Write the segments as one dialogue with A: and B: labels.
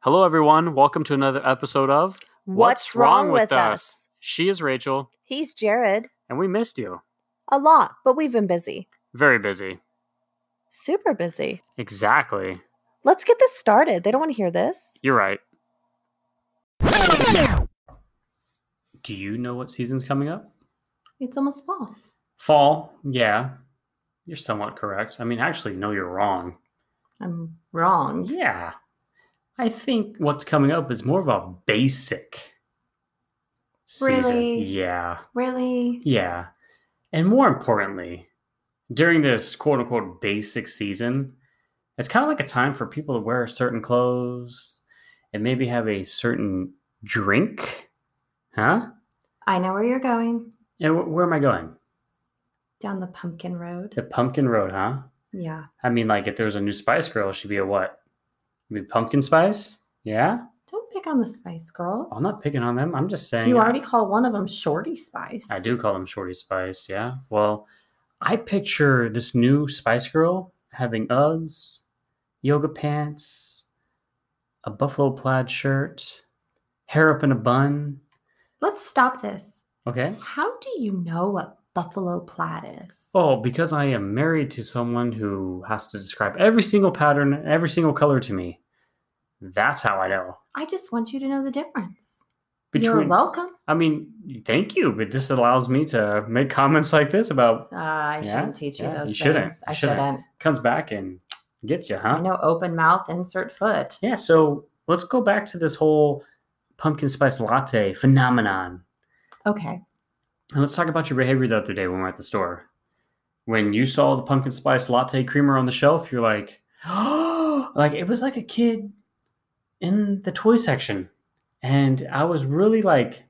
A: Hello, everyone. Welcome to another episode of
B: What's Wrong With Us?
A: She is Rachel,
B: He's Jared.
A: and we missed you.
B: A lot, but we've been busy.
A: Very busy.
B: Super busy.
A: Exactly.
B: Let's get this started. They don't want to hear this.
A: You're right. Do you know what season's coming up?
C: It's almost fall.
A: Fall. Yeah. You're somewhat correct. I mean, actually, no, you're wrong.
C: I'm wrong.
A: Yeah. I think what's coming up is more of a basic season.
C: Really?
A: Yeah.
C: Really?
A: Yeah. And more importantly, during this quote unquote basic season, it's kind of like a time for people to wear certain clothes and maybe have a certain drink. Huh?
C: I know where you're going.
A: And wh- where am I going?
C: Down the pumpkin road.
A: The pumpkin road, huh?
C: Yeah.
A: I mean, like if there was a new Spice Girl, she'd be a what? It'd be pumpkin spice? Yeah?
C: Don't pick on the Spice Girls.
A: I'm not picking on them. I'm just saying.
C: You already call one of them Shorty Spice.
A: I do call them Shorty Spice, yeah. Well, I picture this new Spice Girl having Uggs, yoga pants, a buffalo plaid shirt, hair up in a bun.
C: Let's stop this.
A: Okay.
C: How do you know what buffalo plaid is?
A: Oh, because I am married to someone who has to describe every single pattern, and every single color to me. That's how I know.
C: I just want you to know the difference. You're
A: Between,
C: welcome.
A: I mean, thank you, but this allows me to make comments like this about
C: Uh, I
A: Yeah,
C: shouldn't teach you
A: yeah,
C: those
A: you
C: things.
A: shouldn't, you
C: I
A: shouldn't.
C: shouldn't.
A: comes back and gets you, huh?
C: I know open mouth, insert foot.
A: Yeah, so let's go back to this whole pumpkin spice latte phenomenon.
C: Okay.
A: And let's talk about your behavior the other day when we were at the store. When you saw the pumpkin spice latte creamer on the shelf, you're like, oh, like it was like a kid in the toy section. And I was really like,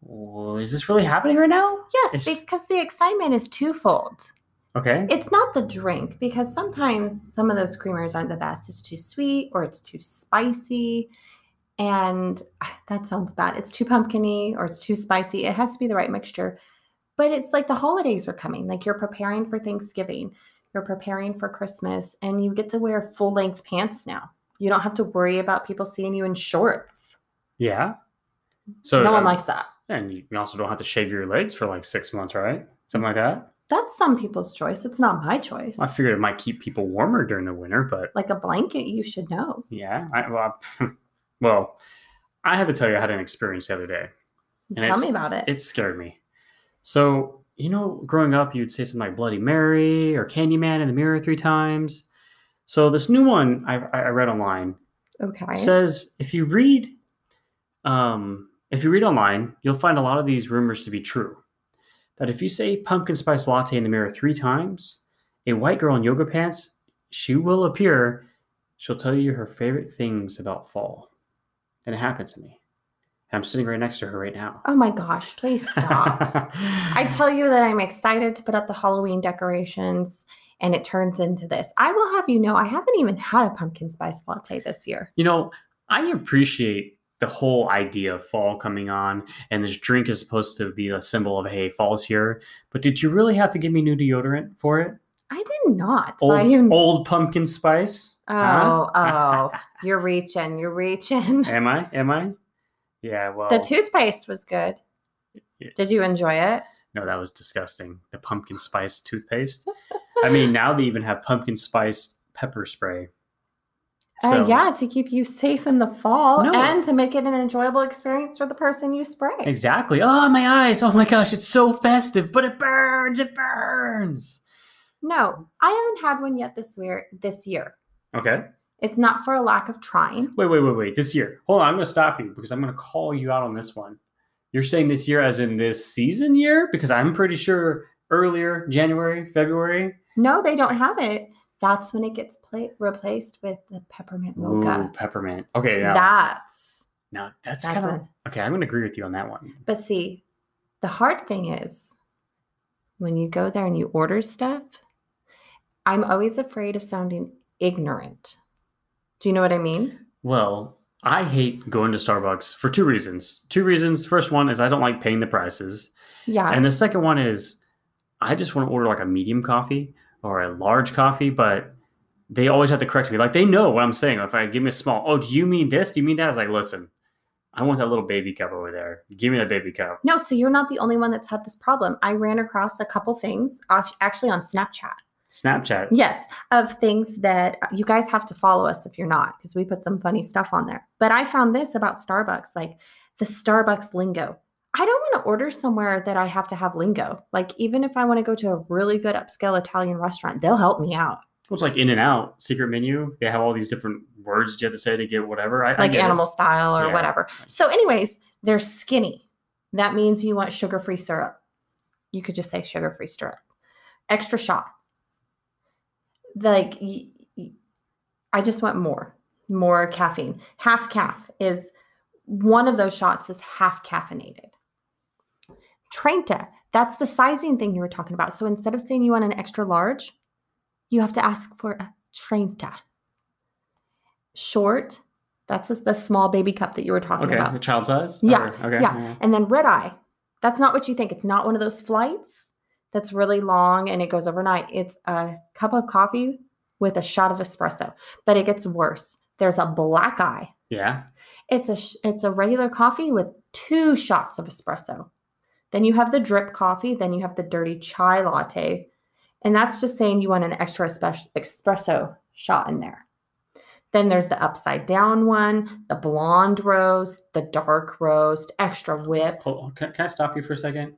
A: "Whoa, is this really happening right now?
C: Yes,
A: It's-
C: because the excitement is twofold.
A: Okay.
C: It's not the drink because sometimes some of those creamers aren't the best. It's too sweet or it's too spicy. And ah, that sounds bad. It's too pumpkiny or it's too spicy. It has to be the right mixture. But it's like the holidays are coming. Like you're preparing for Thanksgiving, you're preparing for Christmas, and you get to wear full length pants now. You don't have to worry about people seeing you in shorts.
A: yeah. So,
C: no one
A: um,
C: likes that.
A: and you also don't have to shave your legs for like six months, right? Something like that.
C: That's some people's choice. It's not my choice.
A: I figured it might keep people warmer during the winter, but
C: Like a blanket, you should know.
A: Yeah. I, well, I, well, I had to tell you, I had an experience the other day. And
C: Tell
A: it's-
C: me about it.
A: It scared me. So, you know, growing up, you'd say something like Bloody Mary or Candyman in the mirror three times. So, this new one I, I I read online
C: okay.
A: says if you read, um, if you read online, you'll find a lot of these rumors to be true. That if you say pumpkin spice latte in the mirror three times, a white girl in yoga pants, she will appear. She'll tell you her favorite things about fall. And it happened to me. And I'm sitting right next to her right now.
C: Oh my gosh, please stop. I tell you that I'm excited to put up the Halloween decorations and it turns into this. I will have you know I haven't even had a pumpkin spice latte this year.
A: You know, I appreciate the whole idea of fall coming on, and this drink is supposed to be a symbol of hey, fall's here. But did you really have to give me new deodorant for it?
C: I did not.
A: Old,
C: buy you-
A: old pumpkin spice? Huh?
C: oh, oh, you're reaching, you're reaching.
A: Am I? Am I? Yeah. Well,
C: Oh. The toothpaste was good.
A: Yeah.
C: Did you enjoy it?
A: no, that was disgusting. The pumpkin spice toothpaste. I mean, now they even have pumpkin spice pepper spray.
C: uh, yeah, to keep you safe in the fall
A: No.
C: and to make it an enjoyable experience for the person you spray.
A: Exactly. Oh, my eyes. Oh, my gosh. It's so festive, but it burns. It burns.
C: No, I haven't had one yet this year. This year,
A: Okay.
C: it's not for a lack of trying.
A: Wait, wait, wait, wait. This year. Hold on, I'm gonna stop you because I'm gonna call you out on this one. You're saying this year as in this season year? Because I'm pretty sure earlier, January, February.
C: No, they don't have it. That's when it gets pla- replaced with the peppermint
A: Ooh,
C: mocha.
A: peppermint. Okay, yeah.
C: That's
A: now that's,
C: that's
A: kind of
C: it.
A: okay. I'm gonna agree with you on that one.
C: But see, the hard thing is when you go there and you order stuff, I'm always afraid of sounding ignorant. Do you know what I mean?
A: Well, I hate going to Starbucks for two reasons. Two reasons. First one is I don't like paying the prices.
C: Yeah.
A: And the second one is I just want to order like a medium coffee or a large coffee, but they always have to correct me. Like they know what I'm saying. If I give me a small, oh, do you mean this? Do you mean that? I was like, listen, I want that little baby cup over there. Give me that baby cup.
C: No, so you're not the only one that's had this problem. I ran across a couple things ac- actually on Snapchat.
A: Snapchat.
C: Yes, of things that uh, you guys have to follow us if you're not, because we put some funny stuff on there. But I found this about Starbucks, like the Starbucks lingo. I don't want to order somewhere that I have to have lingo. Like, even if I want to go to a really good upscale Italian restaurant, they'll help me out.
A: Well, it's like In and Out, secret menu. They have all these different words you have to say to get whatever. I, I
C: like
A: get it.
C: animal style or
A: Yeah.
C: whatever. So, anyways, they're skinny. That means you want sugar free syrup. You could just say sugar free syrup. Extra shot. Like, y- y- I just want more, more caffeine. Half calf is one of those shots is half caffeinated. Trenta, that's the sizing thing you were talking about. So instead of saying you want an extra large, you have to ask for a trenta. Short, that's the small baby cup that you were talking
A: Okay,
C: about.
A: the child size.
C: Yeah,
A: Or- okay.
C: yeah. And then red eye. That's not what you think. It's not one of those flights that's really long and it goes overnight. It's a cup of coffee with a shot of espresso. But it gets worse. There's a black eye.
A: Yeah.
C: It's a sh- it's a regular coffee with two shots of espresso. Then you have the drip coffee, then you have the dirty chai latte. And that's just saying you want an extra espe- espresso shot in there. Then there's the upside down one, the blonde roast, the dark roast, extra whip.
A: Hold- Can, can I stop you for a second?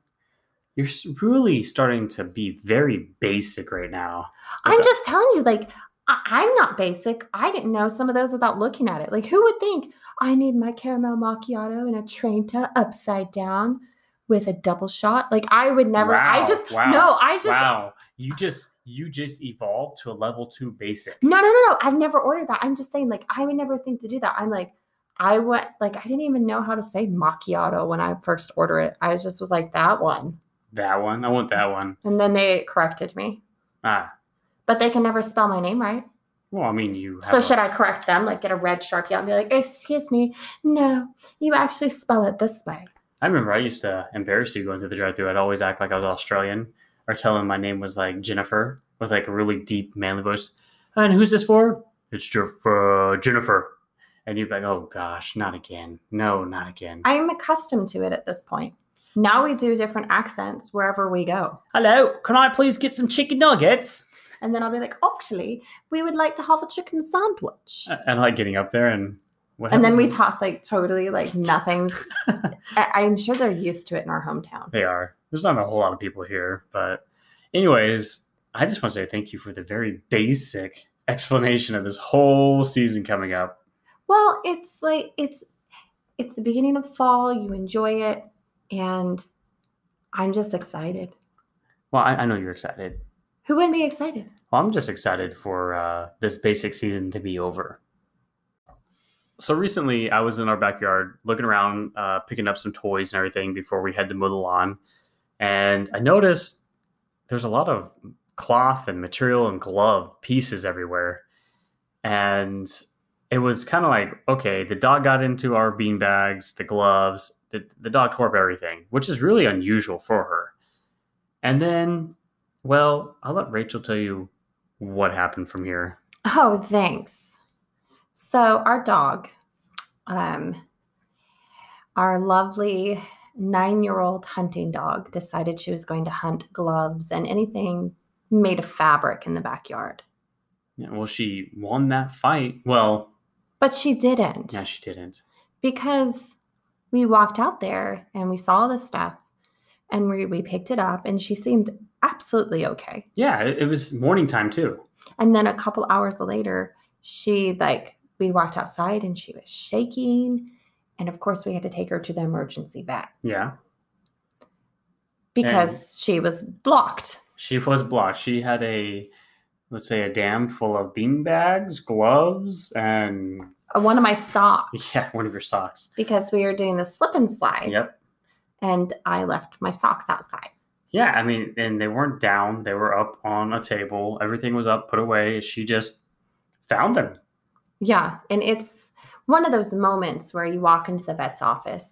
A: You're s- really starting to be very basic right now.
C: I'm
A: Okay.
C: just telling you, like, I- I'm not basic. I didn't know some of those without looking at it. Like, who would think I need my caramel macchiato and a Trenta upside down with a double shot? Like, I would never. I
A: Wow,
C: just
A: wow,
C: no. I just
A: wow. You just you just evolved to a level two basic.
C: no, no, no, no. I've never ordered that. I'm just saying, like, I would never think to do that. I'm like, I went like I didn't even know how to say macchiato when I first ordered it. I just was like that one,
A: That one. I want that one.
C: and then they corrected me.
A: Ah.
C: But they can never spell my name right.
A: Well, I mean, you.
C: So should I correct them? Like get a red sharpie out and be like, "Excuse me, no, you actually spell it this way."
A: I remember I used to embarrass you going through the drive-through. I'd always act like I was Australian or tell them my name was like Jennifer with like a really deep manly voice. And who's this for? It's Jennifer. Jennifer. And you'd be like, oh gosh, not again. No, not again.
C: I am accustomed to it at this point. Now we do different accents wherever we go,
A: Hello, can I please get some chicken nuggets?
C: and then I'll be like, "Actually, we would like to have a chicken sandwich."
A: I, I like getting up there and what
C: and then we
A: happened?
C: talk like totally like nothing's. I- I'm sure they're used to it in our hometown.
A: They are. There's not a whole lot of people here, but anyways, I just want to say thank you for the very basic explanation of this whole season coming up.
C: Well, it's like it's it's the beginning of fall. You enjoy it, and I'm just excited.
A: Well, I, I know you're excited.
C: Who wouldn't be excited?
A: Well, I'm just excited for uh, this basic season to be over. So recently, I was in our backyard looking around, uh, picking up some toys and everything before we had to mow the lawn, and I noticed there's a lot of cloth and material and glove pieces everywhere, and it was kind of like, okay, the dog got into our bean bags, the gloves, the, the dog tore up everything, which is really unusual for her. And then well, I'll let Rachel tell you what happened from here.
C: Oh, thanks. So our dog, um, our lovely nine-year-old hunting dog, decided she was going to hunt gloves and anything made of fabric in the backyard,
A: Yeah, well, she won that fight. Well,
C: but she didn't
A: no, she didn't.
C: because we walked out there and we saw all this stuff, and we we picked it up, and she seemed absolutely okay.
A: Yeah, it, it was morning time too.
C: And then a couple hours later, she like we walked outside and she was shaking. And of course, we had to take her to the emergency vet
A: Yeah,
C: because she was blocked.
A: she was blocked. She had a, let's say, a dam full of bean bags, gloves, and
C: Uh, One of my socks.
A: yeah, one of your socks.
C: Because we were doing the slip and slide.
A: Yep.
C: And I left my socks outside.
A: Yeah, I mean, and they weren't down. They were up on a table. Everything was up, put away. She just found them.
C: Yeah. And it's one of those moments where you walk into the vet's office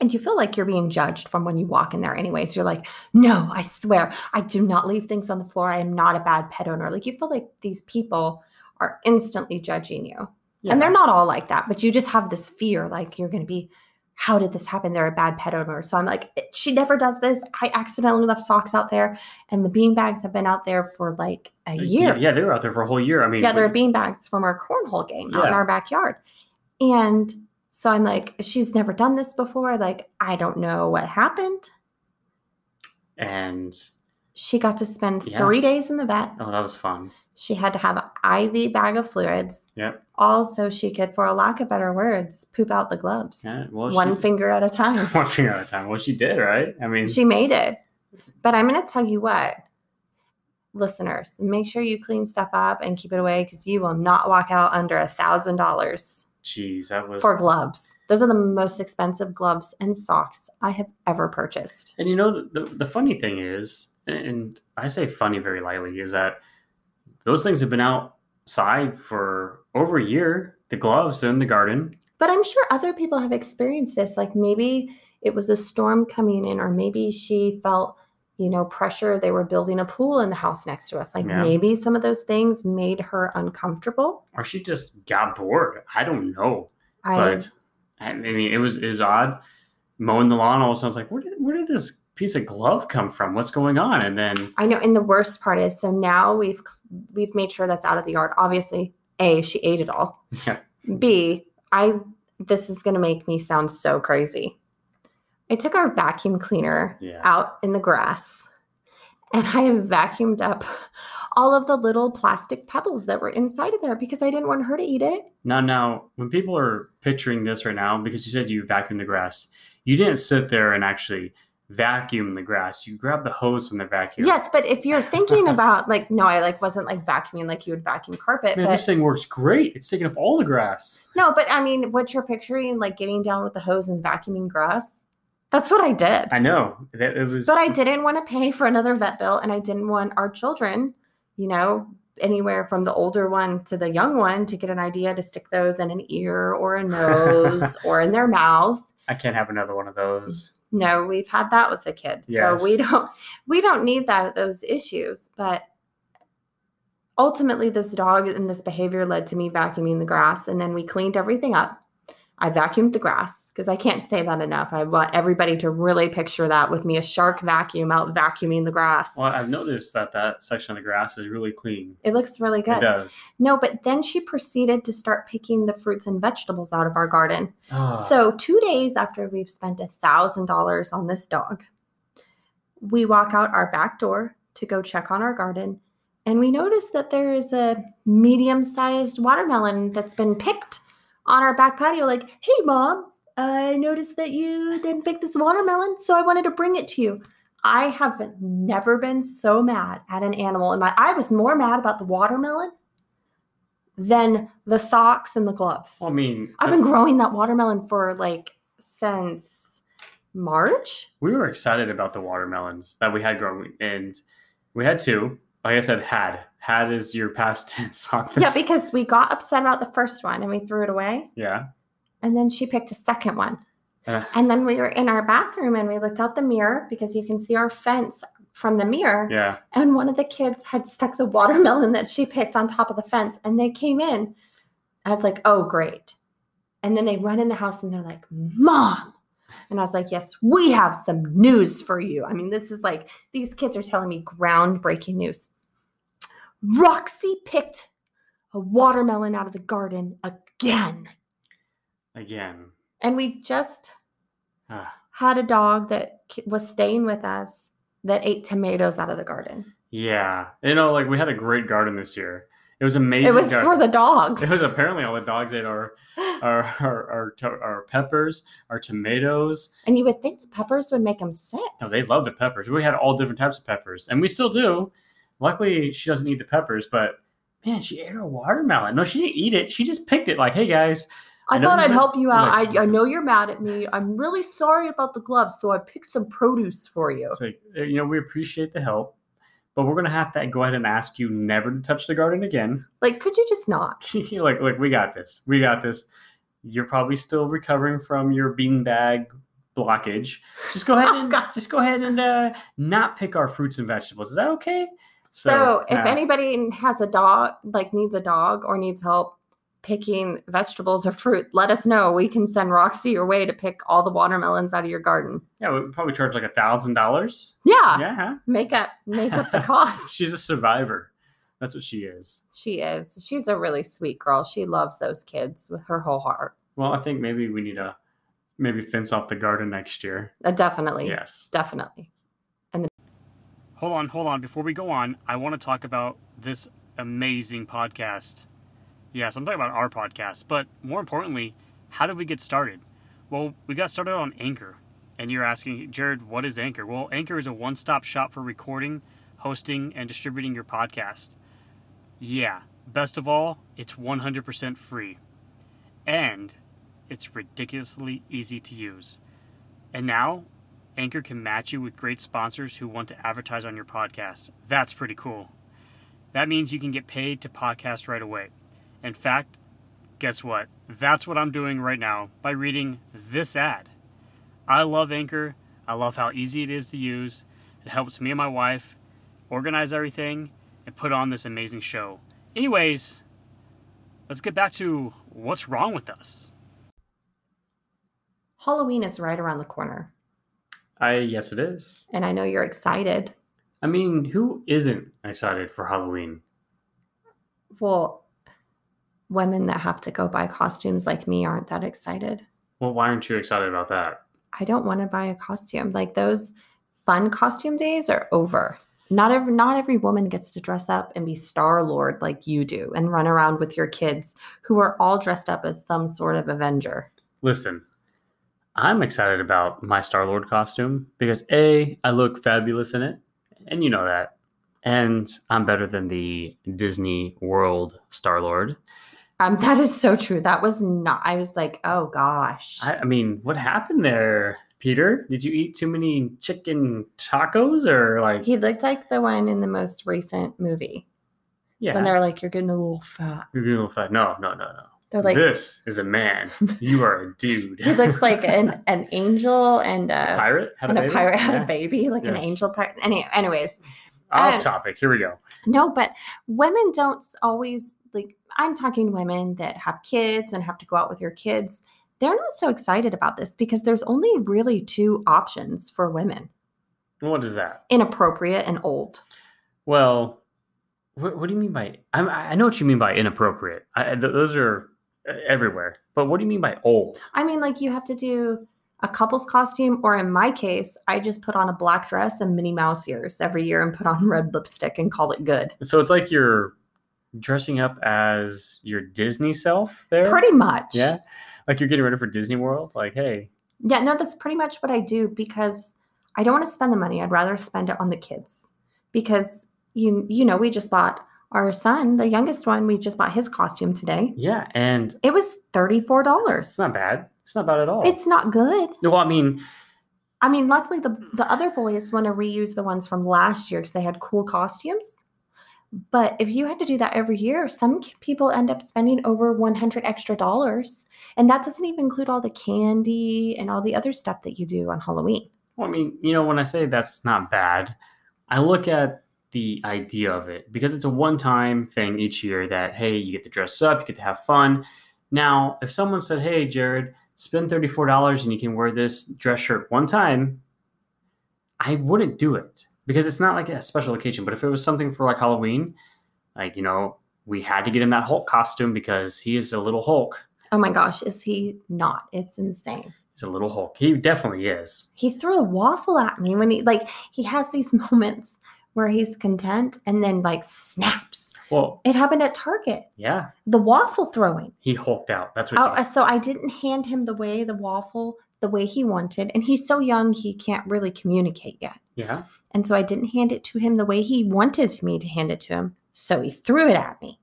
C: And you feel like you're being judged from when you walk in there, anyways. You're like, no, I swear, I do not leave things on the floor. I am not a bad pet owner. Like, you feel like these people are instantly judging you. And they're not all like that, but you just have this fear like, you're going to be, how did this happen? They're a bad pet owner. So I'm like, "It- she never does this. I accidentally left socks out there, and the bean bags have been out there for like a year.
A: Yeah, they were out there for a whole year. I mean,
C: Yeah, there are
A: we-
C: beanbags from our cornhole game out in
A: Yeah.
C: our backyard. And so I'm like, she's never done this before. Like, I don't know what happened.
A: and
C: She got to spend
A: Yeah.
C: three days in the vet.
A: oh, that was fun.
C: She had to have an IV bag of fluids.
A: Yep.
C: Also, she could, for a lack of better words, poop out the gloves
A: Yeah, well,
C: one
A: she,
C: finger at a time.
A: one finger at a time. Well, she did, right? I mean,
C: she made it. But I'm going to tell you what, listeners, make sure you clean stuff up and keep it away because you will not walk out under a thousand dollars
A: jeez, that was.
C: for gloves. Those are the most expensive gloves and socks I have ever purchased.
A: and you know, the, the funny thing is, and I say funny very lightly, is that those things have been outside for over a year. The gloves they're in the garden.
C: But I'm sure other people have experienced this. Like maybe it was a storm coming in, or maybe she felt, you know, pressure. They were building a pool in the house next to us. Like
A: Yeah.
C: maybe some of those things made her uncomfortable.
A: Or she just got bored. I don't know.
C: I
A: but I mean, it was it was odd mowing the lawn. All of a sudden, I was like, where did where did this piece of glove come from? What's going on? And then
C: I know. And the worst part is, so now we've cl- we've made sure that's out of the yard. Obviously, a she ate it all.
A: yeah,
C: B, I this is gonna make me sound so crazy. I took our vacuum cleaner
A: yeah.
C: out in the grass and I vacuumed up all of the little plastic pebbles that were inside of there because I didn't want her to eat it.
A: Now, now, when people are picturing this right now, because you said you vacuumed the grass, you didn't sit there and actually vacuum the grass. You grabbed the hose from the vacuum.
C: Yes, but if you're thinking about like no, I like wasn't like vacuuming like you would vacuum carpet,
A: Man,
C: but
A: this thing works great. It's taking up all the grass.
C: no, but I mean what you're picturing like getting down with the hose and vacuuming grass. That's what I did.
A: I know that it was.
C: But I didn't want to pay for another vet bill, and I didn't want our children, you know, anywhere from the older one to the young one to get an idea to stick those in an ear or a nose or in their mouth.
A: I can't have another one of those.
C: No, we've had that with the kids, so we don't we don't need that those issues. But ultimately, this dog and this behavior led to me vacuuming the grass, and then we cleaned everything up. I vacuumed the grass because I can't say that enough. I want everybody to really picture that with me a shark vacuum out vacuuming the grass.
A: Well, I've noticed that that section of the grass is really clean.
C: It looks really
A: It
C: good.
A: does.
C: No, but then she proceeded to start picking the fruits and vegetables out of our garden.
A: Ah,
C: So, two days after we've spent a $1,000 on this dog, we walk out our back door to go check on our garden. And we notice that there is a medium sized watermelon that's been picked on our back patio. Like, hey, mom, I noticed that you didn't pick this watermelon, so I wanted to bring it to you. I have never been so mad at an animal in my I was more mad about the watermelon than the socks and the gloves.
A: well, I mean,
C: I've
A: that-
C: been growing that watermelon for like since March.
A: we were excited about the watermelons that we had growing, and we had two. Like I said, had had is your past tense on this.
C: Yeah, because we got upset about the first one and we threw it away.
A: yeah.
C: And then she picked a second one.
A: Uh,
C: And then we were in our bathroom and we looked out the mirror because you can see our fence from the mirror.
A: yeah.
C: And one of the kids had stuck the watermelon that she picked on top of the fence and they came in. I was like, oh, great. And then they run in the house and they're like, Mom. And I was like, Yes, we have some news for you. I mean, this is like, these kids are telling me groundbreaking news. Roxy picked a watermelon out of the garden again.
A: Again.
C: And we just
A: Ah.
C: had a dog that ki- was staying with us that ate tomatoes out of the garden.
A: Yeah, you know, like we had a great garden this year. It was amazing.
C: It was for
A: garden.
C: the dogs.
A: It was apparently all the dogs ate our our our our, to- our peppers, our tomatoes.
C: And you would think the peppers would make them sick.
A: No, they love the peppers. We had all different types of peppers, and we still do. Luckily, she doesn't eat the peppers, but man, she ate our watermelon. No, she didn't eat it. She just picked it. Like, hey guys,
C: I,
A: I know
C: thought
A: you
C: I'd
A: would-
C: help you out.
A: like-
C: I, I know you're mad at me. I'm really sorry about the gloves, so I picked some produce for you.
A: it's like you know we appreciate the help, but we're gonna have to go ahead and ask you never to touch the garden again.
C: Like, could you just not?
A: like, like we got this. We got this. You're probably still recovering from your beanbag blockage, just go ahead
C: Oh,
A: and
C: gosh.
A: just go ahead and uh, not pick our fruits and vegetables. Is that okay?
C: So, if
A: uh,
C: anybody has a dog, like needs a dog or needs help picking vegetables or fruit, let us know. We can send Roxy your way to pick all the watermelons out of your garden.
A: yeah, we probably charge like a thousand dollars.
C: Yeah,
A: Yeah, huh?
C: make up make up the cost.
A: she's a survivor. That's what she is.
C: she is. She's a really sweet girl. She loves those kids with her whole heart.
A: Well, I think maybe we need to maybe fence off the garden next year.
C: Uh, definitely.
A: Yes.
C: Definitely.
A: Hold on, hold on. Before we go on, I want to talk about this amazing podcast. Yes, I'm talking about our podcast, but more importantly, how did we get started? Well, we got started on Anchor. And you're asking, Jared, what is Anchor? Well, Anchor is a one stop shop for recording, hosting, and distributing your podcast. Yeah, best of all, it's 100% free. And it's ridiculously easy to use. And now, Anchor can match you with great sponsors who want to advertise on your podcast. That's pretty cool. That means you can get paid to podcast right away. In fact, guess what? That's what I'm doing right now by reading this ad. I love Anchor. I love how easy it is to use. It helps me and my wife organize everything and put on this amazing show. Anyways, let's get back to what's wrong with us.
C: Halloween is right around the corner.
A: I yes it is.
C: And I know you're excited.
A: I mean, who isn't excited for Halloween?
C: Well, women that have to go buy costumes like me aren't that excited.
A: Well, why aren't you excited about that?
C: I don't want to buy a costume. Like those fun costume days are over. Not every not every woman gets to dress up and be Star Lord like you do and run around with your kids who are all dressed up as some sort of Avenger.
A: Listen, I'm excited about my Star Lord costume because A, I look fabulous in it, and you know that. And I'm better than the Disney World Star Lord.
C: Um, that is so true. That was not. I was like, oh gosh.
A: I, I mean, what happened there, Peter? Did you eat too many chicken tacos or like,
C: he looked like the one in the most recent movie when
A: yeah,
C: they're like, you're getting a little fat.
A: you're doing a fat? No, no, no, no.
C: They're like,
A: this is a man. You are a dude.
C: he looks like an an angel and a,
A: pirate. Had
C: and a
A: baby?
C: pirate had
A: Yeah.
C: a baby, like an
A: Yes.
C: angel pirate. Any, anyways,
A: Off
C: And-
A: topic. Here we go.
C: No, but women don't s- always like I'm talking women that have kids and have to go out with your kids. They're not so excited about this because there's only really two options for women
A: What is that?
C: inappropriate and old.
A: Well, what, what do you mean by? I, I know what you mean by inappropriate. I, I- th- those are uh, everywhere. But what do you mean by old?
C: I mean, like you have to do a couple's costume, or in my case, I just put on a black dress and Minnie Mouse ears every year and put on red lipstick and call it good.
A: So it's like you're dressing up as your Disney self there.
C: Pretty much.
A: Yeah, like you're getting ready for Disney World. Like, hey,
C: Yeah, no, that's pretty much what I do because I don't want to spend the money. I'd rather spend it on the kids because you you know we just bought our son, the youngest one. We just bought his costume today.
A: yeah, and
C: It was thirty four
A: it's
C: dollars.
A: not bad. It's not bad at all.
C: It's not good.
A: well, I mean,
C: I mean, luckily the the other boys want to reuse the ones from last year because they had cool costumes. But if you had to do that every year, some k- people end up spending over one hundred extra dollars, and that doesn't even include all the candy and all the other stuff that you do on Halloween.
A: Well, I mean, you know, when I say that's not bad, I look at the idea of it because it's a one time thing each year that, hey, you get to dress up, you get to have fun. Now, if someone said, hey, Jared, spend $34 and you can wear this dress shirt one time, I wouldn't do it because it's not like a special occasion. But if it was something for like Halloween, like, you know, we had to get him that Hulk costume because he is a little Hulk.
C: Oh my gosh, is he not? It's insane.
A: He's a little Hulk. He definitely is.
C: He threw a waffle at me when he like he has these moments where he's content and then like snaps.
A: Well,
C: It happened at Target.
A: yeah,
C: The waffle throwing.
A: he hulked out. That's what
C: Oh,
A: he-
C: uh, so I didn't hand him the way the waffle the way he wanted and he's so young he can't really communicate yet.
A: yeah.
C: And so I didn't hand it to him the way he wanted me to hand it to him. So he threw it at me.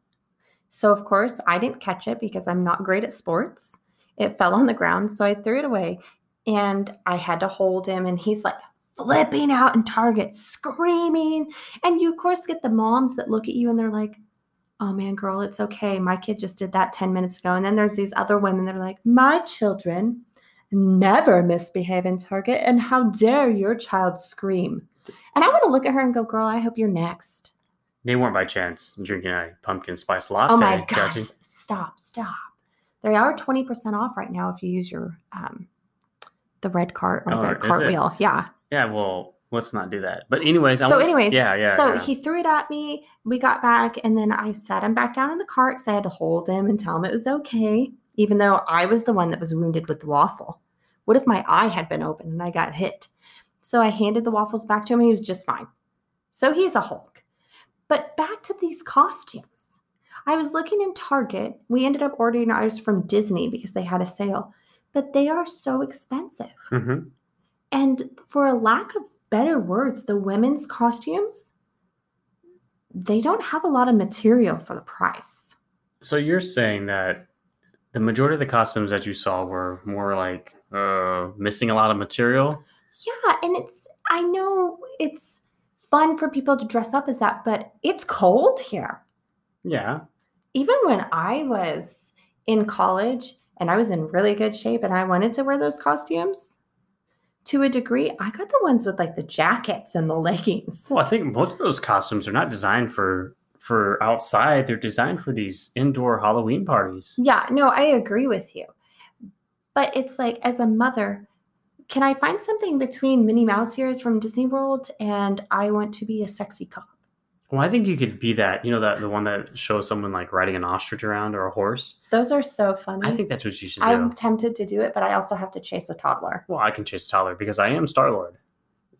C: So, of course, I didn't catch it because I'm not great at sports. It fell on the ground. So I threw it away and I had to hold him. And he's like flipping out in Target, screaming. And you, of course, get the moms that look at you and they're like, oh man, girl, it's okay. My kid just did that 10 minutes ago. And then there's these other women that are like, my children. never misbehave in Target, and how dare your child scream? And I want to look at her and go, girl, I hope you're next.
A: They weren't by chance drinking a pumpkin spice latte.
C: oh my gosh,
A: Jackie.
C: stop, stop. They are 20% off right now if you use your um the red cart or
A: Oh, is
C: the
A: it?
C: cartwheel. Yeah.
A: Yeah, well, let's not do that. But anyways, I
C: so,
A: want-
C: anyways,
A: yeah, yeah.
C: so
A: yeah.
C: he threw it at me. We got back, and then I sat him back down in the cart because I had to hold him and tell him it was okay, even though I was the one that was wounded with the waffle. What if my eye had been open and I got hit? So I handed the waffles back to him, and he was just fine. So he's a Hulk. But back to these costumes. I was looking in Target. We ended up ordering ours from Disney because they had a sale, but they are so expensive.
A: Mhm.
C: And for a lack of better words, the women's costumes, they don't have a lot of material for the price.
A: So you're saying that the majority of the costumes that you saw were more like uh, missing a lot of material.
C: Yeah, and it's I know it's fun for people to dress up as that, but it's cold here.
A: Yeah,
C: Even when I was in college and I was in really good shape and I wanted to wear those costumes, to a degree, I got the ones with like the jackets and the leggings.
A: Well, I think most of those costumes are not designed for for outside. They're designed for these indoor Halloween parties.
C: Yeah, no, I agree with you. But it's like, as a mother, can I find something between Minnie Mouse ears from Disney World and I want to be a sexy cop?
A: Well, I think you could be that. You know that the one that shows someone like riding an ostrich around or a horse.
C: Those are so funny.
A: I think that's what you should do.
C: I'm tempted to do it, but I also have to chase a toddler.
A: well, I can chase Tyler because I am Star Lord.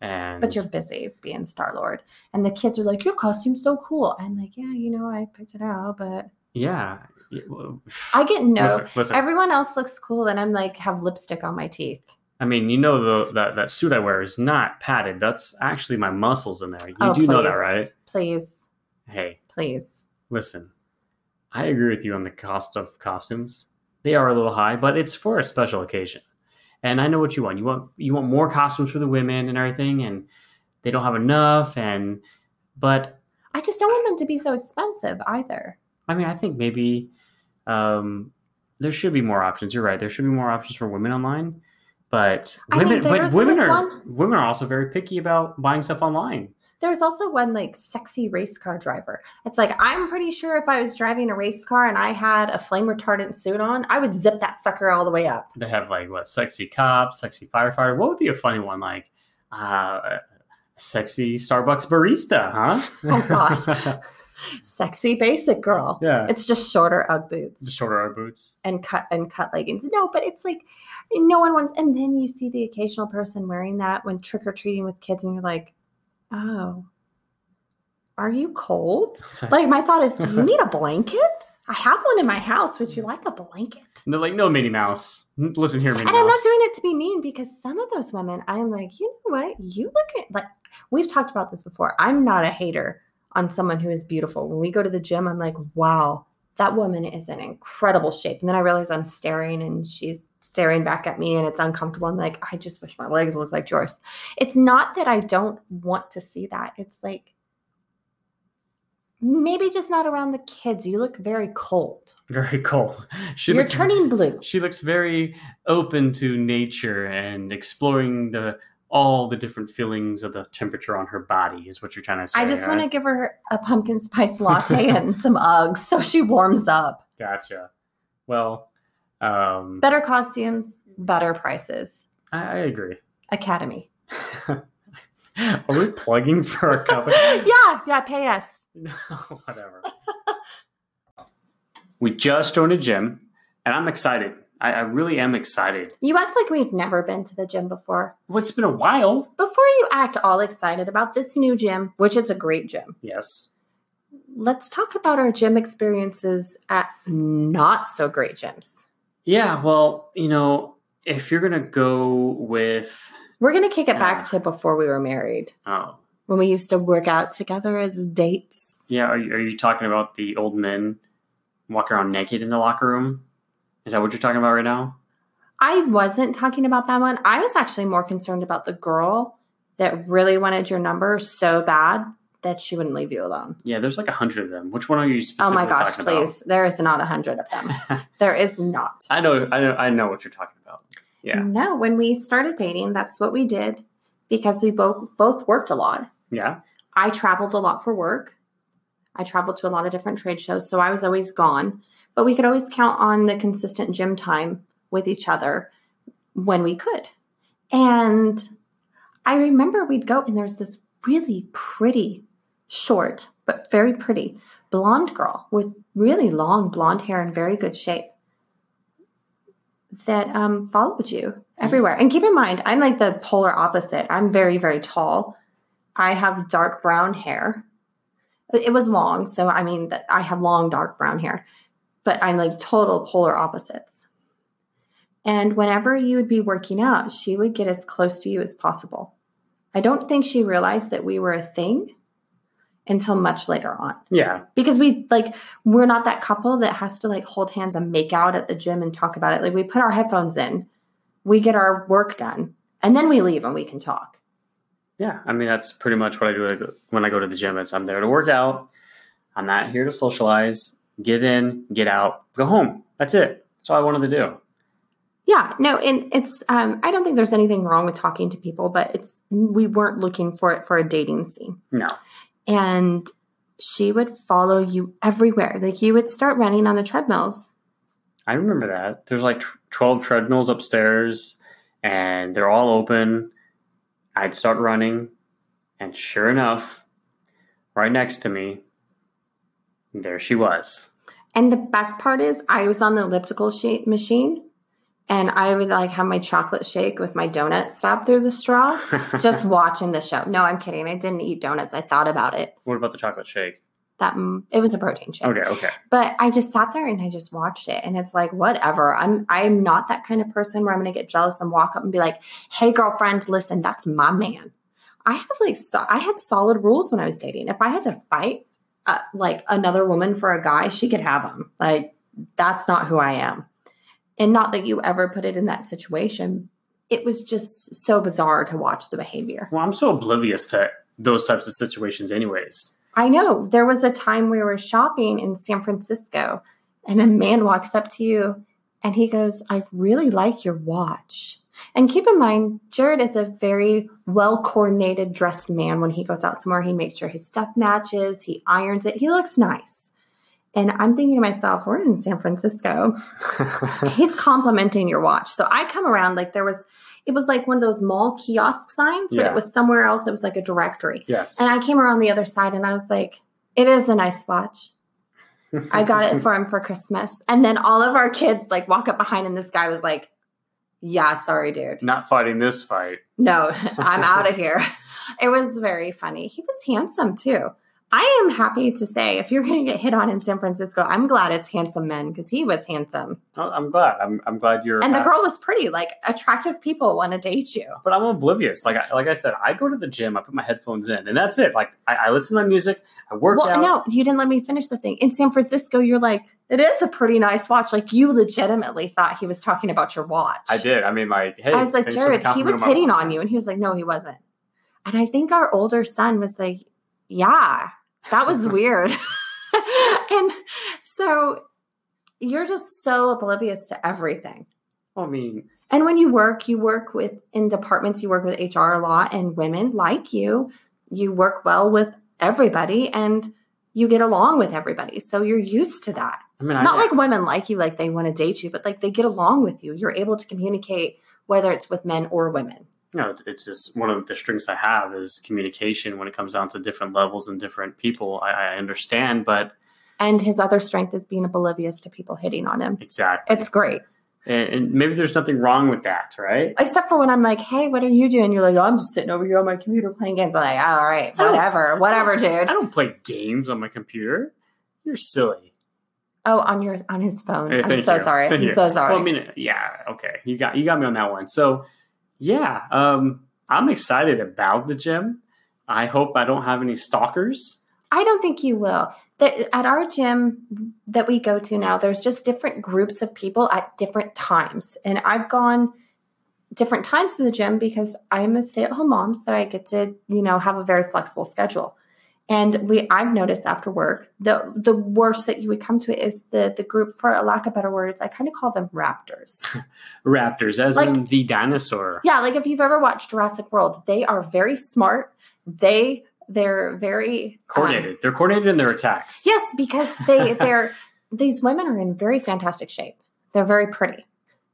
A: And
C: But you're busy being Star Lord. And the kids are like, Your costume's so cool. I'm like, Yeah, you know, I picked it out, but
A: yeah. Yeah, well,
C: I get no.
A: Listen, listen.
C: Everyone else looks cool, and I'm like, have lipstick on my teeth.
A: I mean, you know the, that that suit I wear is not padded. That's actually my muscles in there. You
C: Oh,
A: do know that,
C: please.
A: right?
C: Please,
A: Hey,
C: please.
A: Listen, I agree with you on the cost of costumes. They are a little high, but it's for a special occasion. And I know what you want. You want you want more costumes for the women and everything, and they don't have enough. And but
C: I just don't want them to be so expensive either.
A: I mean, I think maybe um, there should be more options. You're right. There should be more options for women online. But
C: I mean,
A: women,
C: there-
A: but
C: there was
A: women are
C: one-
A: women are also very picky about buying stuff online.
C: There's also one like sexy race car driver. It's like, I'm pretty sure if I was driving a race car and I had a flame retardant suit on, I would zip that sucker all the way up.
A: they have like what sexy cop, sexy firefighter. What would be a funny one like uh, a sexy Starbucks barista, huh?
C: Oh, gosh. Sexy basic girl.
A: yeah,
C: It's just shorter Ugg
A: the
C: boots
A: shorter our boots.
C: and cut and cut leggings. No, but it's like no one wants. And then you see the occasional person wearing that when trick or treating with kids, and you're like, oh, are you cold?
A: So-
C: Like my thought is, do you need a blanket? I have one in my house. Would you like a blanket?
A: they're like, no, Minnie Mouse. N- Listen here, Minnie
C: And I'm
A: Mouse.
C: not doing it to be mean because some of those women, I'm like, you know what? You look at like we've talked about this before. I'm not a hater on someone who is beautiful. When we go to the gym, I'm like, wow, that woman is in incredible shape. And then I realize I'm staring and she's staring back at me and it's uncomfortable. I'm like, I just wish my legs looked like yours. It's not that I don't want to see that. It's like maybe just not around the kids. You look very cold.
A: Very cold. She
C: You're
A: looks,
C: turning blue.
A: She looks very open to nature and exploring the all the different feelings of the temperature on her body is what you're trying to say.
C: I just
A: right?
C: want to give her a pumpkin spice latte and some Uggs so she warms up.
A: Gotcha. Well, um,
C: Better costumes, better prices.
A: I, I agree.
C: Academy.
A: Are we plugging for our company?
C: yeah, yeah, pay us.
A: No, whatever. we just joined a gym, and I'm excited. I, I really am excited.
C: You act like we've never been to the gym before.
A: Well, it's been a while.
C: Before you act all excited about this new gym, which it's a great gym,
A: Yes.
C: let's talk about our gym experiences at not so great gyms.
A: Yeah. Well, you know, if you're gonna go with
C: We're going to kick it back
A: Ah.
C: to before we were married,
A: oh
C: when we used to work out together as dates.
A: yeah, are you, are you talking about the old men walking around naked in the locker room? Is that what you're talking about right now?
C: I wasn't talking about that one. I was actually more concerned about the girl that really wanted your number so bad that she wouldn't leave you alone.
A: Yeah, there's like a hundred of them. Which one are you
C: Oh
A: specifically
C: my gosh,
A: talking about?
C: please. There is not a hundred of them. there is not.
A: I know, I know, I know what you're talking about. Yeah.
C: No, when we started dating, that's what we did because we both both worked a lot.
A: Yeah.
C: I traveled a lot for work. I traveled to a lot of different trade shows, so I was always gone. But we could always count on the consistent gym time with each other when we could. And I remember we'd go, and there's this really pretty, short, but very pretty blonde girl with really long blonde hair and very good shape that um, followed you everywhere. And keep in mind, I'm like the polar opposite. I'm very, very tall. I have dark brown hair. It it was long, so I mean, that I have long, dark brown hair, but I'm like total polar opposites. And whenever you would be working out, she would get as close to you as possible. I don't think she realized that we were a thing until much later on
A: Yeah.
C: because we like we're not that couple that has to like hold hands and make out at the gym and talk about it like we put our headphones in we get our work done and then we leave and we can talk
A: Yeah. I mean, that's pretty much what I do when I go to the gym. It's I'm there to work out. I'm not here to socialize. Get in, get out, go home. That's it. That's all I wanted to do.
C: yeah no and it's um i don't think there's anything wrong with talking to people but it's we weren't looking for it for a dating scene
A: No.
C: and she would follow you everywhere like you would start running on the treadmills
A: I remember that. There's like tw- 12 treadmills upstairs and they're all open. I'd start running, and sure enough, right next to me, there she was.
C: And the best part is, I was on the elliptical shape machine, and I would like have my chocolate shake with my donut stabbed through the straw, just watching the show. No, I'm kidding. I didn't eat donuts. I thought about it.
A: what about the chocolate shake?
C: That mm, it was a protein shake,
A: Okay, okay.
C: but I just sat there and I just watched it, and it's like whatever. I'm I'm not that kind of person where I'm going to get jealous and walk up and be like, "Hey, girlfriend, listen, that's my man." I have like so, I had solid rules when I was dating. If I had to fight uh, like another woman for a guy, she could have him. Like that's not who I am. And not that you ever put it in that situation. It was just so bizarre to watch the behavior.
A: Well, I'm so oblivious to those types of situations, anyways.
C: I know there was a time we were shopping in San Francisco, and a man walks up to you and he goes, I really like your watch. And keep in mind, Jared is a very well coordinated, dressed man. When he goes out somewhere, he makes sure his stuff matches, he irons it, he looks nice. And I'm thinking to myself, we're in San Francisco. He's complimenting your watch. So I come around like there was, it was like one of those mall kiosk signs, but
A: Yeah.
C: it was somewhere else. It was like a directory.
A: yes.
C: And I came around the other side and I was like, it is a nice watch. I got it for him for Christmas. And then all of our kids like walk up behind and this guy was like, yeah, sorry, dude.
A: Not fighting this fight.
C: No, I'm out of here. It was very funny. He was handsome too. I am happy to say if you're going to get hit on in San Francisco, I'm glad it's handsome men because he was handsome.
A: I- I'm glad. I'm, I'm glad you're.
C: And the
A: happy.
C: girl was pretty. Like attractive people want to date you.
A: but I'm oblivious. Like I, like I said, I go to the gym, I put my headphones in, and that's it. Like I, I listen to my music, I work
C: Well,
A: out.
C: no, you didn't let me finish the thing. In San Francisco, you're like, it is a pretty nice watch. Like you legitimately thought he was talking about your watch.
A: I did. I mean, like, hey,
C: I was like,
A: thanks for the
C: Jared, he
A: compliment
C: was
A: on my-
C: hitting on you, and he was like, no, he wasn't. And I think our older son was like, yeah, that was weird. and so you're just so oblivious to everything.
A: I mean,
C: And when you work, you work with in departments, you work with HR a lot and women like you, you work well with everybody and you get along with everybody. So you're used to that.
A: I mean,
C: Not
A: I,
C: like women like you, like they want to date you, but like they get along with you. You're able to communicate whether it's with men or women.
A: you know, it's just one of the strengths I have is communication when it comes down to different levels and different people. I, I understand, but
C: And his other strength is being oblivious to people hitting on him.
A: exactly,
C: It's great.
A: and, and maybe there's nothing wrong with that, right?
C: Except for when I'm like, hey, what are you doing? You're like, oh, I'm just sitting over here on my computer playing games. I'm like, all right,
A: don't-
C: whatever, whatever,
A: I
C: dude.
A: don't play games on my computer. You're silly.
C: Oh, on your on his phone.
A: Hey,
C: I'm
A: Eh, thank
C: so
A: you.
C: sorry.
A: Thank
C: I'm
A: you.
C: so sorry.
A: Well, I mean, yeah, okay, you got you got me on that one. So, yeah, um, I'm excited about the gym. I hope I don't have any stalkers.
C: I don't think you will. The, at our gym that we go to now, there's just different groups of people at different times. And I've gone different times to the gym because I'm a stay at home mom. So I get to, you know, have a very flexible schedule. And we I've noticed after work, the the worst that you would come to it is the the group for a lack of better words, I kind of call them raptors.
A: Raptors, as
C: Like-
A: in the dinosaur.
C: Yeah, um, like if you've ever watched Jurassic World, they are very smart. They they're very um,
A: Coordinated. They're coordinated in their attacks.
C: yes, because they they're these women are in very fantastic shape. They're very pretty.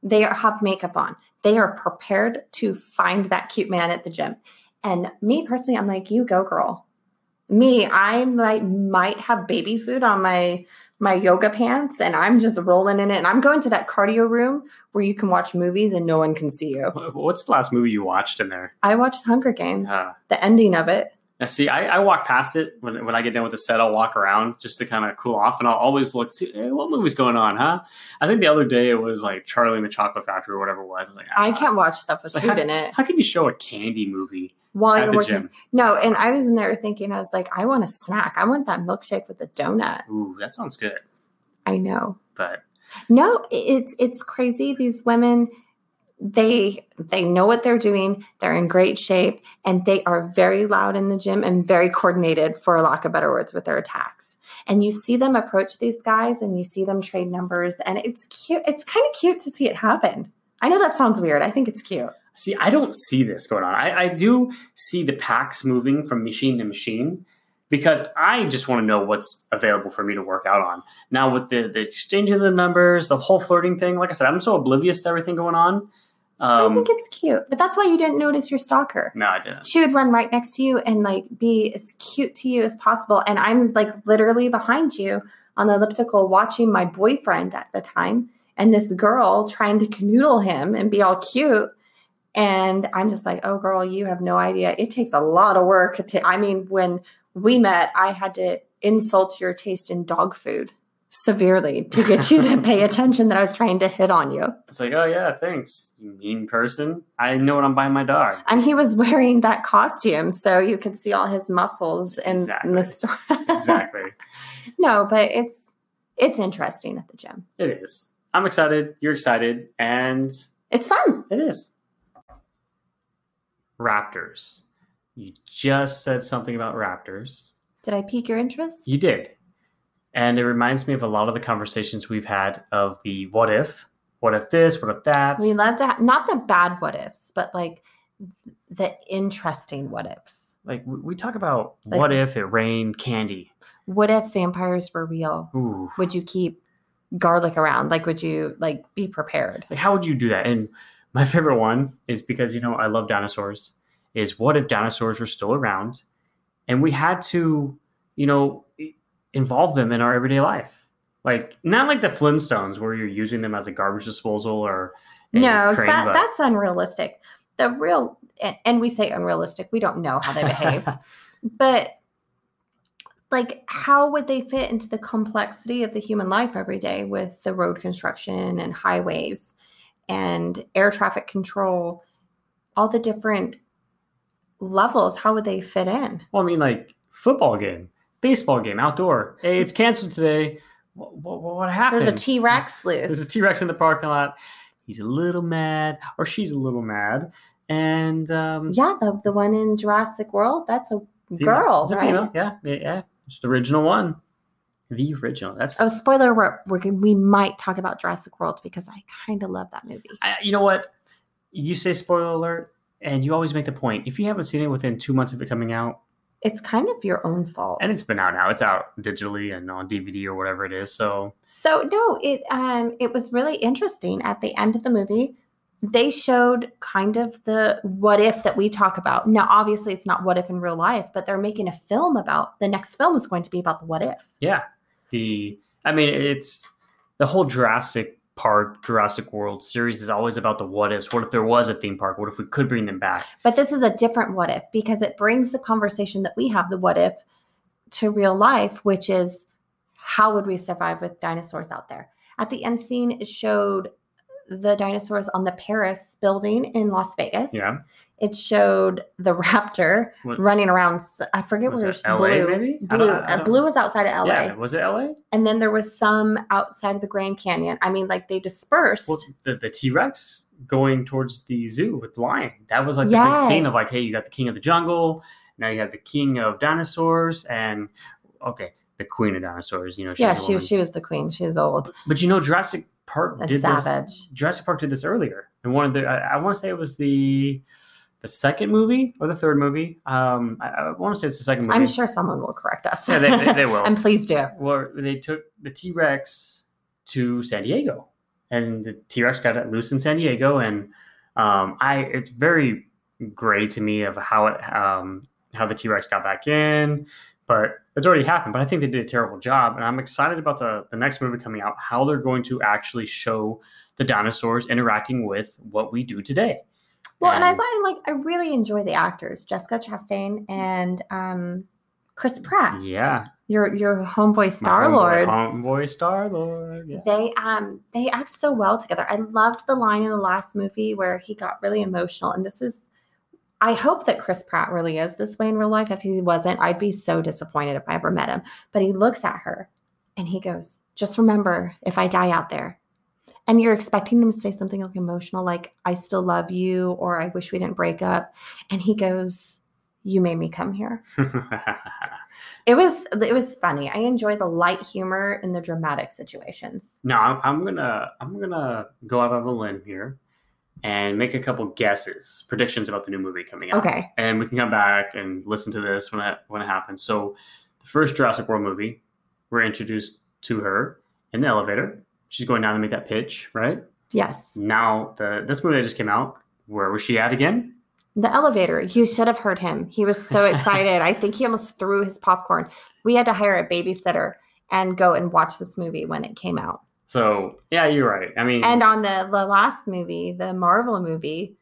C: They are, have makeup on. They are prepared to find that cute man at the gym. And me personally, I'm like, you go, girl. Me, I might might have baby food on my my yoga pants, and I'm just rolling in it. And I'm going to that cardio room where you can watch movies and no one can see you.
A: Wh- What's the last movie you watched in there?
C: I watched Hunger Games,
A: Ah.
C: the ending of it.
A: Now, see, I, I walk past it when, when I get done with the set. I'll walk around just to kind of cool off, and I'll always look, see hey, what movie's going on, huh? I think the other day it was like Charlie and the Chocolate Factory or whatever it was. I was like,
C: I
A: ah.
C: can't watch stuff with
A: It's like,
C: food in it
A: How can you show a candy movie
C: while
A: at
C: you're
A: the
C: working.
A: gym?
C: No, and I was in there thinking, I was like, I want a snack. I want that milkshake with a donut.
A: Ooh, that sounds good.
C: I know.
A: But
C: No, it's it's crazy. These women, they they know what they're doing. They're in great shape, and they are very loud in the gym and very coordinated, for lack of better words, with their attacks. And you see them approach these guys, and you see them trade numbers, and it's cute. It's kind of cute to see it happen. I know that sounds weird. I think it's cute.
A: see, I don't see this going on. I, I do see the packs moving from machine to machine because I just want to know what's available for me to work out on. Now with the the exchange of the numbers, the whole flirting thing. Like I said, I'm so oblivious to everything going on.
C: I
A: Um,
C: think it's cute, but that's why you didn't notice your stalker.
A: no, I didn't.
C: she would run right next to you and like be as cute to you as possible. And I'm like literally behind you on the elliptical watching my boyfriend at the time and this girl trying to canoodle him and be all cute. And I'm just like, oh, girl, you have no idea. It takes a lot of work. To, I mean, when we met, I had to insult your taste in dog food severely to get you to pay attention that I was trying to hit on you.
A: It's like, oh yeah, thanks, you mean person. I know what I'm buying my dog.
C: and he was wearing that costume so you could see all his muscles in, in
A: Exactly.
C: the store
A: exactly.
C: no but it's it's interesting at the gym
A: It is. I'm excited. You're excited, and
C: it's fun
A: It is. Raptors. You just said something about raptors.
C: did i pique your interest
A: You did. And it reminds me of a lot of the conversations we've had of the what if, what if this, what if that.
C: we love to ha- not the bad what ifs but like the interesting what ifs
A: like we, we talk about
C: Like-
A: what if it rained candy.
C: what if vampires were real
A: Ooh.
C: would you keep garlic around like would you like be prepared
A: Like how would you do that? And my favorite one is because you know I love dinosaurs. Is what if dinosaurs were still around, and we had to, you know, i- involve them in our everyday life, like not like the Flintstones where you're using them as a garbage disposal or a
C: no
A: crane,
C: that,
A: but-
C: that's unrealistic the real and, and we say unrealistic we don't know how they behaved but like how would they fit into the complexity of the human life every day with the road construction and highways and air traffic control all the different levels how would they fit in
A: well, I mean, like football game, baseball game, outdoor. Hey, it's canceled today. What, what, what happened?
C: there's a t-rex
A: There's a
C: loose
A: T Rex in the parking lot. He's a little mad, or she's a little mad, and um,
C: yeah the, the one in jurassic world that's a
A: Female.
C: girl
A: It's a
C: right?
A: female. Yeah, yeah, yeah. It's the original one. The original. That's.
C: oh spoiler alert, we're, gonna- we might talk about jurassic world because i kind of love that movie
A: I, you know what? You say spoiler alert, and you always make the point. If you haven't seen it within two months of it coming out,
C: it's kind of your own fault
A: and it's been out now, it's out digitally and on DVD or whatever it is. So
C: So no, it um it was really interesting at the end of the movie. They showed kind of the what if that we talk about. Now obviously it's not what if in real life, but they're making a film about the next film is going to be about the what if.
A: yeah, the. I mean, it's the whole Jurassic Park, Jurassic World series is always about the what ifs. What if there was a theme park? What if we could bring them back?
C: But this is a different what if because it brings the conversation that we have the what if to real life, which is how would we survive with dinosaurs out there? At the end scene it showed the dinosaurs on the Paris building in Las Vegas.
A: Yeah.
C: it showed the raptor
A: What-
C: running around. s- I forget
A: Was
C: where
A: it
C: it was.
A: LA
C: blue.
A: maybe? I
C: Blue.
A: don't- I
C: uh,
A: don't-
C: blue was outside of LA.
A: Yeah. Was it LA?
C: And then there was some outside of the Grand Canyon. I mean, like they dispersed.
A: Well, the the T Rex going towards the zoo with the lion. That was like the big scene of
C: Yes.
A: like, hey, you got the king of the jungle, Now you have the king of dinosaurs and okay, the queen of dinosaurs. You know, she's
C: yeah,
A: a
C: she
A: woman.
C: was she was the queen. She's old
A: But you know, Jurassic Park
C: and
A: did this.
C: savage.
A: Jurassic Park did this earlier, and one of the I, I want to say it was the the second movie or the third movie. Um, I, I want to say it's the second movie.
C: I'm sure someone will correct us.
A: Yeah, they, they, they will.
C: and please do.
A: Where they took the T Rex to San Diego, and the T Rex got it loose in San Diego, and um, I it's very gray to me of how it um, how the T Rex got back in, but it's already happened. But I think they did a terrible job, and I'm excited about the the next movie coming out. How they're going to actually show the dinosaurs interacting with what we do today.
C: Well, and I thought I like I really enjoy the actors, Jessica Chastain and um Chris Pratt,
A: yeah,
C: your your homeboy Star Lord.
A: homeboy Star Lord. Yeah.
C: They um they act so well together. I loved the line in the last movie where he got really emotional, and this is. I hope that Chris Pratt really is this way in real life. If he wasn't, I'd be so disappointed if I ever met him. But he looks at her and he goes, Just remember, if I die out there, and you're expecting him to say something like emotional, like, I still love you, or I wish we didn't break up. And he goes, You made me come here. It was it was funny. I enjoy the light humor in the dramatic situations.
A: No, I'm, I'm gonna I'm gonna go out on a limb here and make a couple guesses, predictions about the new movie coming out.
C: Okay.
A: And we can come back and listen to this when it when it happens. So, the first Jurassic World movie, we're introduced to her in the elevator. She's going down to make that pitch, right?
C: Yes.
A: Now, the this movie that just came out. Where was she at again?
C: The elevator. You should have heard him. He was so excited. I think he almost threw his popcorn. We had to hire a babysitter and go and watch this movie when it came out.
A: So yeah, you're right. I mean,
C: And on the, the last movie, the Marvel movie,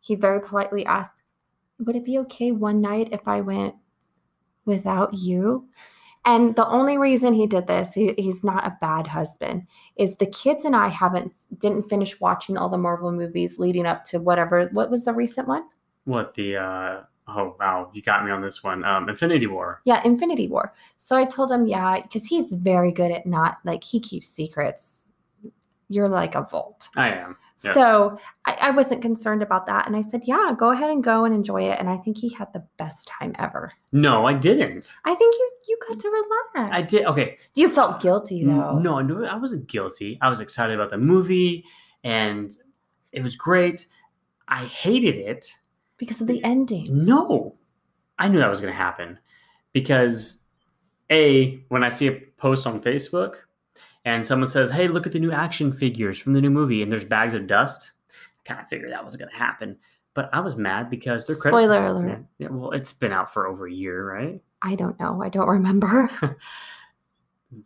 C: he very politely asked, Would it be okay one night if I went without you? And the only reason he did this, he, he's not a bad husband, is the kids and I haven't didn't finish watching all the Marvel movies leading up to whatever what was the recent one?
A: what the? uh Oh wow, you got me on this one. Um, Infinity War.
C: Yeah, Infinity War. So I told him, yeah, because he's very good at not like he keeps secrets. You're like a vault.
A: I am. Yes.
C: So I, I wasn't concerned about that. And I said, yeah, go ahead and go and enjoy it. And I think he had the best time ever.
A: No, I didn't.
C: I think you you got to relax.
A: I did. Okay,
C: you felt guilty
A: N-
C: though.
A: No, no, I wasn't guilty. I was excited about the movie, and it was great. I hated it.
C: Because of the ending.
A: No, I knew that was going to happen because a when I see a post on Facebook and someone says, "Hey, look at the new action figures from the new movie," and there's bags of dust, I kind of figured that was going to happen. But I was mad because they're credit-
C: Spoiler alert.
A: Yeah, yeah, well, it's been out for over a year, right?
C: I don't know. I don't remember.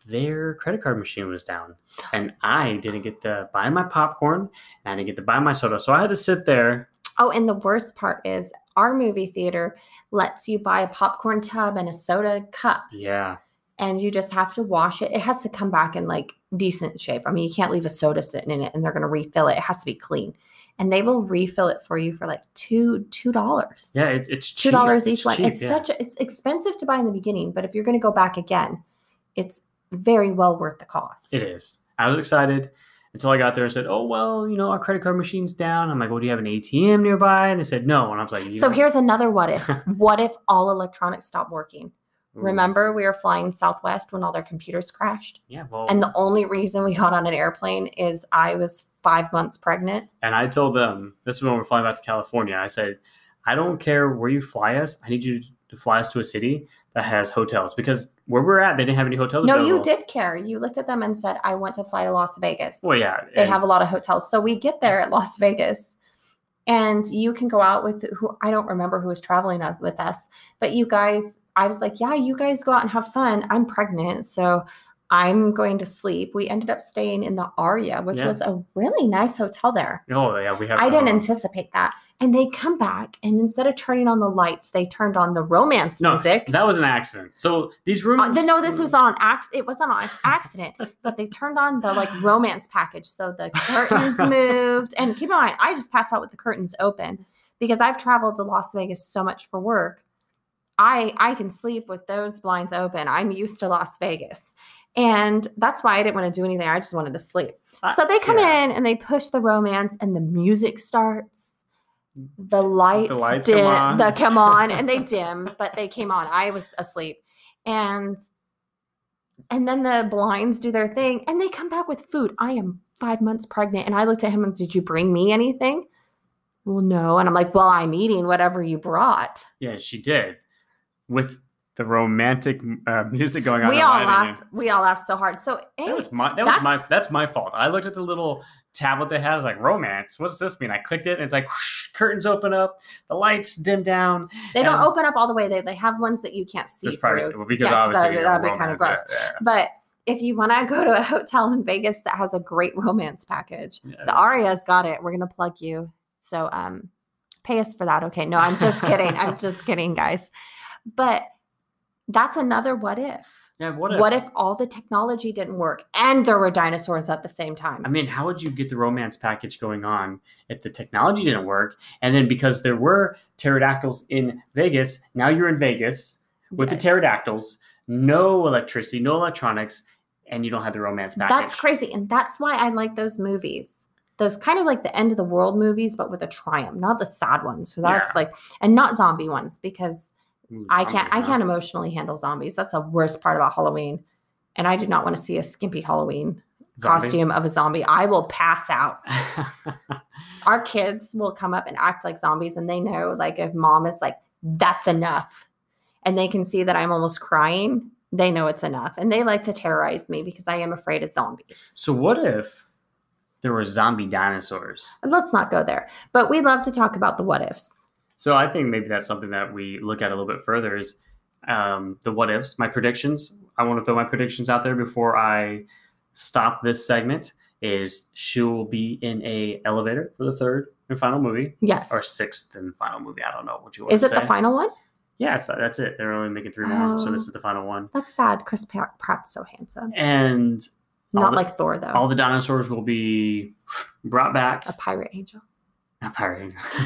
A: their credit card machine was down and i didn't get to buy my popcorn and i didn't get to buy my soda so i had to sit there
C: Oh, and the worst part is our movie theater lets you buy a popcorn tub and a soda cup
A: yeah
C: and you just have to wash it. It has to come back in like decent shape. I mean, you can't leave a soda sitting in it and they're going to refill it. It has to be clean. And they will refill it for you for like 2 $2.
A: yeah it's, it's
C: two
A: cheap.
C: dollars each
A: It's
C: line.
A: cheap,
C: it's
A: yeah.
C: such a, it's expensive to buy in the beginning, but if you're going to go back again, it's very well worth the cost.
A: it is i was excited until i got there and said oh well you know our credit card machine's down i'm like well do you have an atm nearby and they said no and i was like you
C: So
A: know-
C: here's another what if. what if all electronics stopped working?
A: Ooh.
C: Remember we were flying Southwest when all their computers crashed,
A: yeah well
C: and the only reason we got on an airplane is I was 5 months pregnant.
A: And I told them, this is when we're flying back to California. I said, I don't care where you fly us. I need you to fly us to a city that has hotels because where we're at, they didn't have any hotels.
C: No, you
A: available.
C: did care. You looked at them and said, "I want to fly to Las Vegas."
A: Well, yeah.
C: they
A: and-
C: have a lot of hotels. So we get there at Las Vegas and you can go out with who I don't remember who was traveling us- with us, but you guys, I was like, yeah, you guys go out and have fun. I'm pregnant. So I'm going to sleep. We ended up staying in the Aria, which
A: Yeah.
C: was a really nice hotel there.
A: Oh, yeah. We have.
C: I didn't
A: um,
C: anticipate that. And they come back and instead of turning on the lights, they turned on the romance
A: No,
C: music.
A: That was an accident. So these rooms.
C: Uh, th- no, this was on ax. It wasn't on accident, but they turned on the like romance package, so the curtains moved. And keep in mind, I just passed out with the curtains open because I've traveled to Las Vegas so much for work. I I can sleep with those blinds open. I'm used to Las Vegas, and that's why I didn't want to do anything. I just wanted to sleep.
A: I-
C: So they come
A: yeah.
C: in and they push the romance, and the music starts. the lights,
A: lights
C: dim,
A: come on.
C: the come on and they dim, but they came on. I was asleep. And and then the blinds do their thing and they come back with food. I am five months pregnant. And I looked at him and did you bring me anything? Well, no. And I'm like, well, I'm eating whatever you brought.
A: Yeah, she did. With the romantic uh, music going on.
C: we all
A: behind you.
C: laughed. We all laughed so hard. So hey,
A: That was my that was
C: that's-
A: my that's my fault. I looked at the little tablet they had. I was like, romance. What does this mean? I clicked it, and it's like whoosh, curtains open up, the lights dim down.
C: they don't
A: and-
C: open up all the way. They they have ones that you can't see
A: There's
C: through.
A: privacy well, because
C: Yeah, 'cause
A: obviously
C: that-
A: you
C: that'd
A: know,
C: be kind of
A: romance,
C: gross.
A: yeah,
C: But if you want to go to a hotel in Vegas that has a great romance package,
A: yeah,
C: the Aria's got it. We're gonna plug you. So um, pay us for that. Okay. No, I'm just kidding. I'm just kidding, guys. But that's another what if.
A: Yeah, what?
C: What
A: If,
C: if, all the technology didn't work and there were dinosaurs at the same time?
A: I mean, how would you get the romance package going on if the technology didn't work? And then because there were pterodactyls in Vegas, now you're in Vegas with the
C: Yeah.
A: pterodactyls, no electricity, no electronics, and you don't have the romance package.
C: That's crazy. And that's why I like those movies. Those kind of like the end of the world movies, but with a triumph, not the sad ones. So that's
A: Yeah.
C: like, and not zombie ones because
A: Ooh,
C: I can't,
A: zombies,
C: I
A: huh?
C: can't emotionally handle zombies. That's the worst part about Halloween. And I do not want to see a skimpy Halloween
A: Zombie.
C: costume of a zombie. I will pass out. Our kids will come up and act like zombies, and they know like if mom is like, that's enough, and they can see that I'm almost crying, they know it's enough. And they like to terrorize me because I am afraid of zombies.
A: So what if there were zombie dinosaurs?
C: let's not go there. But we love to talk about the what ifs.
A: So I think maybe that's something that we look at a little bit further is um, the what ifs, my predictions. I want to throw my predictions out there before I stop this segment. Is she will be in a elevator for the third and final movie
C: Yes.
A: or sixth and final movie? I don't know what you want
C: Is
A: to
C: it
A: say.
C: the final one?
A: Yeah, so that's it. They're only making three more, so
C: Oh.
A: this is the final one.
C: That's sad. Chris Pa- Pratt's so handsome.
A: And All
C: Not
A: the-
C: like Thor though.
A: all the dinosaurs will be brought back.
C: a pirate angel.
A: not pirate.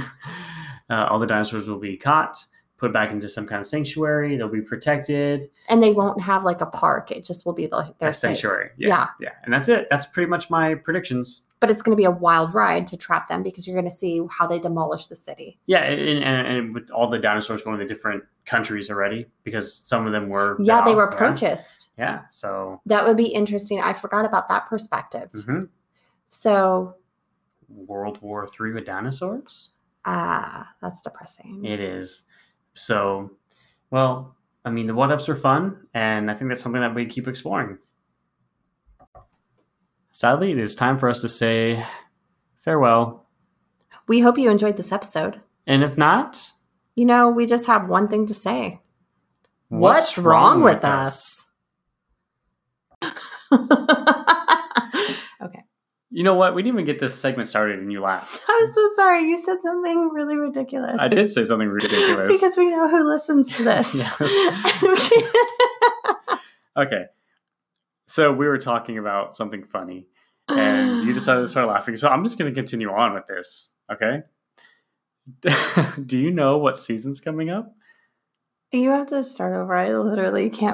A: uh, all the dinosaurs will be caught, put back into some kind of sanctuary. They'll be protected.
C: And they won't have like a park. It just will be the, their
A: a
C: safe.
A: sanctuary.
C: Yeah.
A: yeah. And that's it. That's pretty much my predictions.
C: But it's going to be a wild ride to trap them because you're going to see how they demolish the city.
A: Yeah. And, and, and with all the dinosaurs going to different countries already, because some of them were. bit
C: Yeah, they
A: off,
C: were purchased.
A: Yeah. so.
C: That would be interesting. I forgot about that perspective.
A: mhm.
C: So,
A: World War Three with dinosaurs?
C: ah, that's depressing.
A: It is. So, well, I mean, the what ifs are fun, and I think that's something that we keep exploring. Sadly, it is time for us to say farewell.
C: We hope you enjoyed this episode.
A: And if not,
C: You know, we just have one thing to say. What's wrong with us? okay.
A: You know what? We didn't even get this segment started, and you laughed.
C: I'm so sorry. You said something really ridiculous.
A: I did say something ridiculous.
C: because we know who listens to this.
A: Yes.
C: And we-
A: okay. So we were talking about something funny, and you decided to start laughing. So I'm just going to continue on with this. Okay. Do you know what season's coming up?
C: You have to start over. I literally can't.